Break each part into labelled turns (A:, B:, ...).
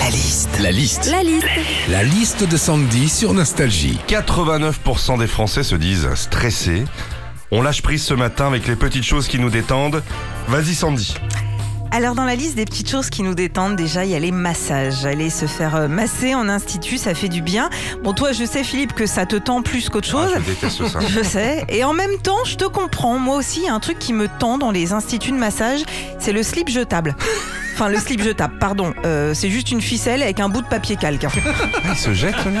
A: La liste.
B: La liste.
C: La liste.
B: La liste de Sandy sur Nostalgie.
D: 89% des Français se disent stressés. On lâche prise ce matin avec les petites choses qui nous détendent. Vas-y Sandy.
E: Alors dans la liste des petites choses qui nous détendent, déjà il y a les massages. Aller se faire euh, masser en institut, ça fait du bien. Bon toi je sais Philippe que ça te tend plus qu'autre
D: Ah,
E: chose.
D: je déteste ça.
E: Je sais. Et en même temps, je te comprends. Moi aussi, il y a un truc qui me tend dans les instituts de massage, c'est le slip jetable. Enfin, le slip jetable, pardon. Euh, c'est juste une ficelle avec un bout de papier calque. hein.
D: Ah, il se jette lui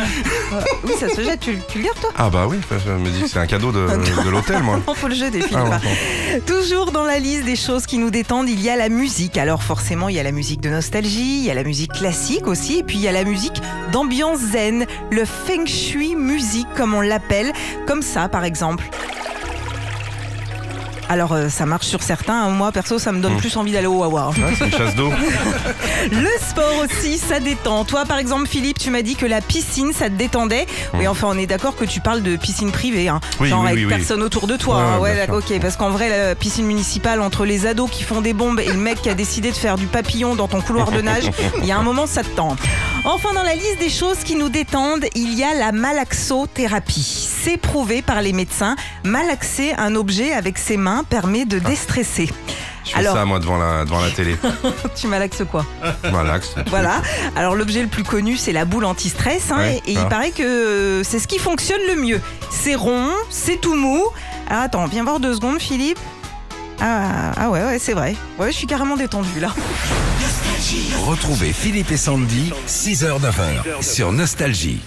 E: Oui, ça se jette. Tu, tu le gardes, toi
D: Ah bah oui, je me dis que c'est un cadeau de, de l'hôtel moi.
E: Non, faut le jeter, Philippe.
D: Ah, bon, bon.
E: Toujours dans la liste des choses qui nous détendent, il y a la musique. Alors forcément, il y a la musique de nostalgie, il y a la musique classique aussi, et puis il y a la musique d'ambiance zen, le feng shui musique comme on l'appelle, comme ça par exemple. Alors euh, ça marche sur certains, hein. moi perso ça me donne
D: Mm.
E: plus envie d'aller au Wawa. hein.
D: Ouais, c'est une chasse d'eau.
E: Le sport aussi, ça détend. Toi par exemple Philippe, tu m'as dit que la piscine ça te détendait. Oui enfin on est d'accord que tu parles de piscine privée, hein.
D: Mm. Oui,
E: genre
D: oui,
E: avec
D: oui, oui.
E: personne autour de toi.
D: Ouais,
E: hein.
D: ouais,
E: Ouais,
D: bien
E: d'accord, ok, parce qu'en vrai, la piscine municipale, entre les ados qui font des bombes et le mec qui a décidé de faire du papillon dans ton couloir de nage, il y a un moment, ça te tend. Enfin, dans la liste des choses qui nous détendent, il y a la malaxothérapie. C'est prouvé par les médecins. Malaxer un objet avec ses mains permet de
D: Ah.
E: déstresser.
D: Je fais
E: Alors-
D: ça moi devant la, devant la télé.
E: tu malaxes quoi
D: Malax.
E: Voilà. Alors, l'objet le plus connu, c'est la boule anti-stress. hein,
D: Ouais,
E: et et
D: ah.
E: il paraît que euh, c'est ce qui fonctionne le mieux. C'est rond, c'est tout mou. Alors, attends, viens voir deux secondes, Philippe. Ah, ah ouais, ouais, c'est vrai. Ouais, je suis carrément détendue là.
B: Retrouvez Philippe et Sandy, 6h-9h sur Nostalgie.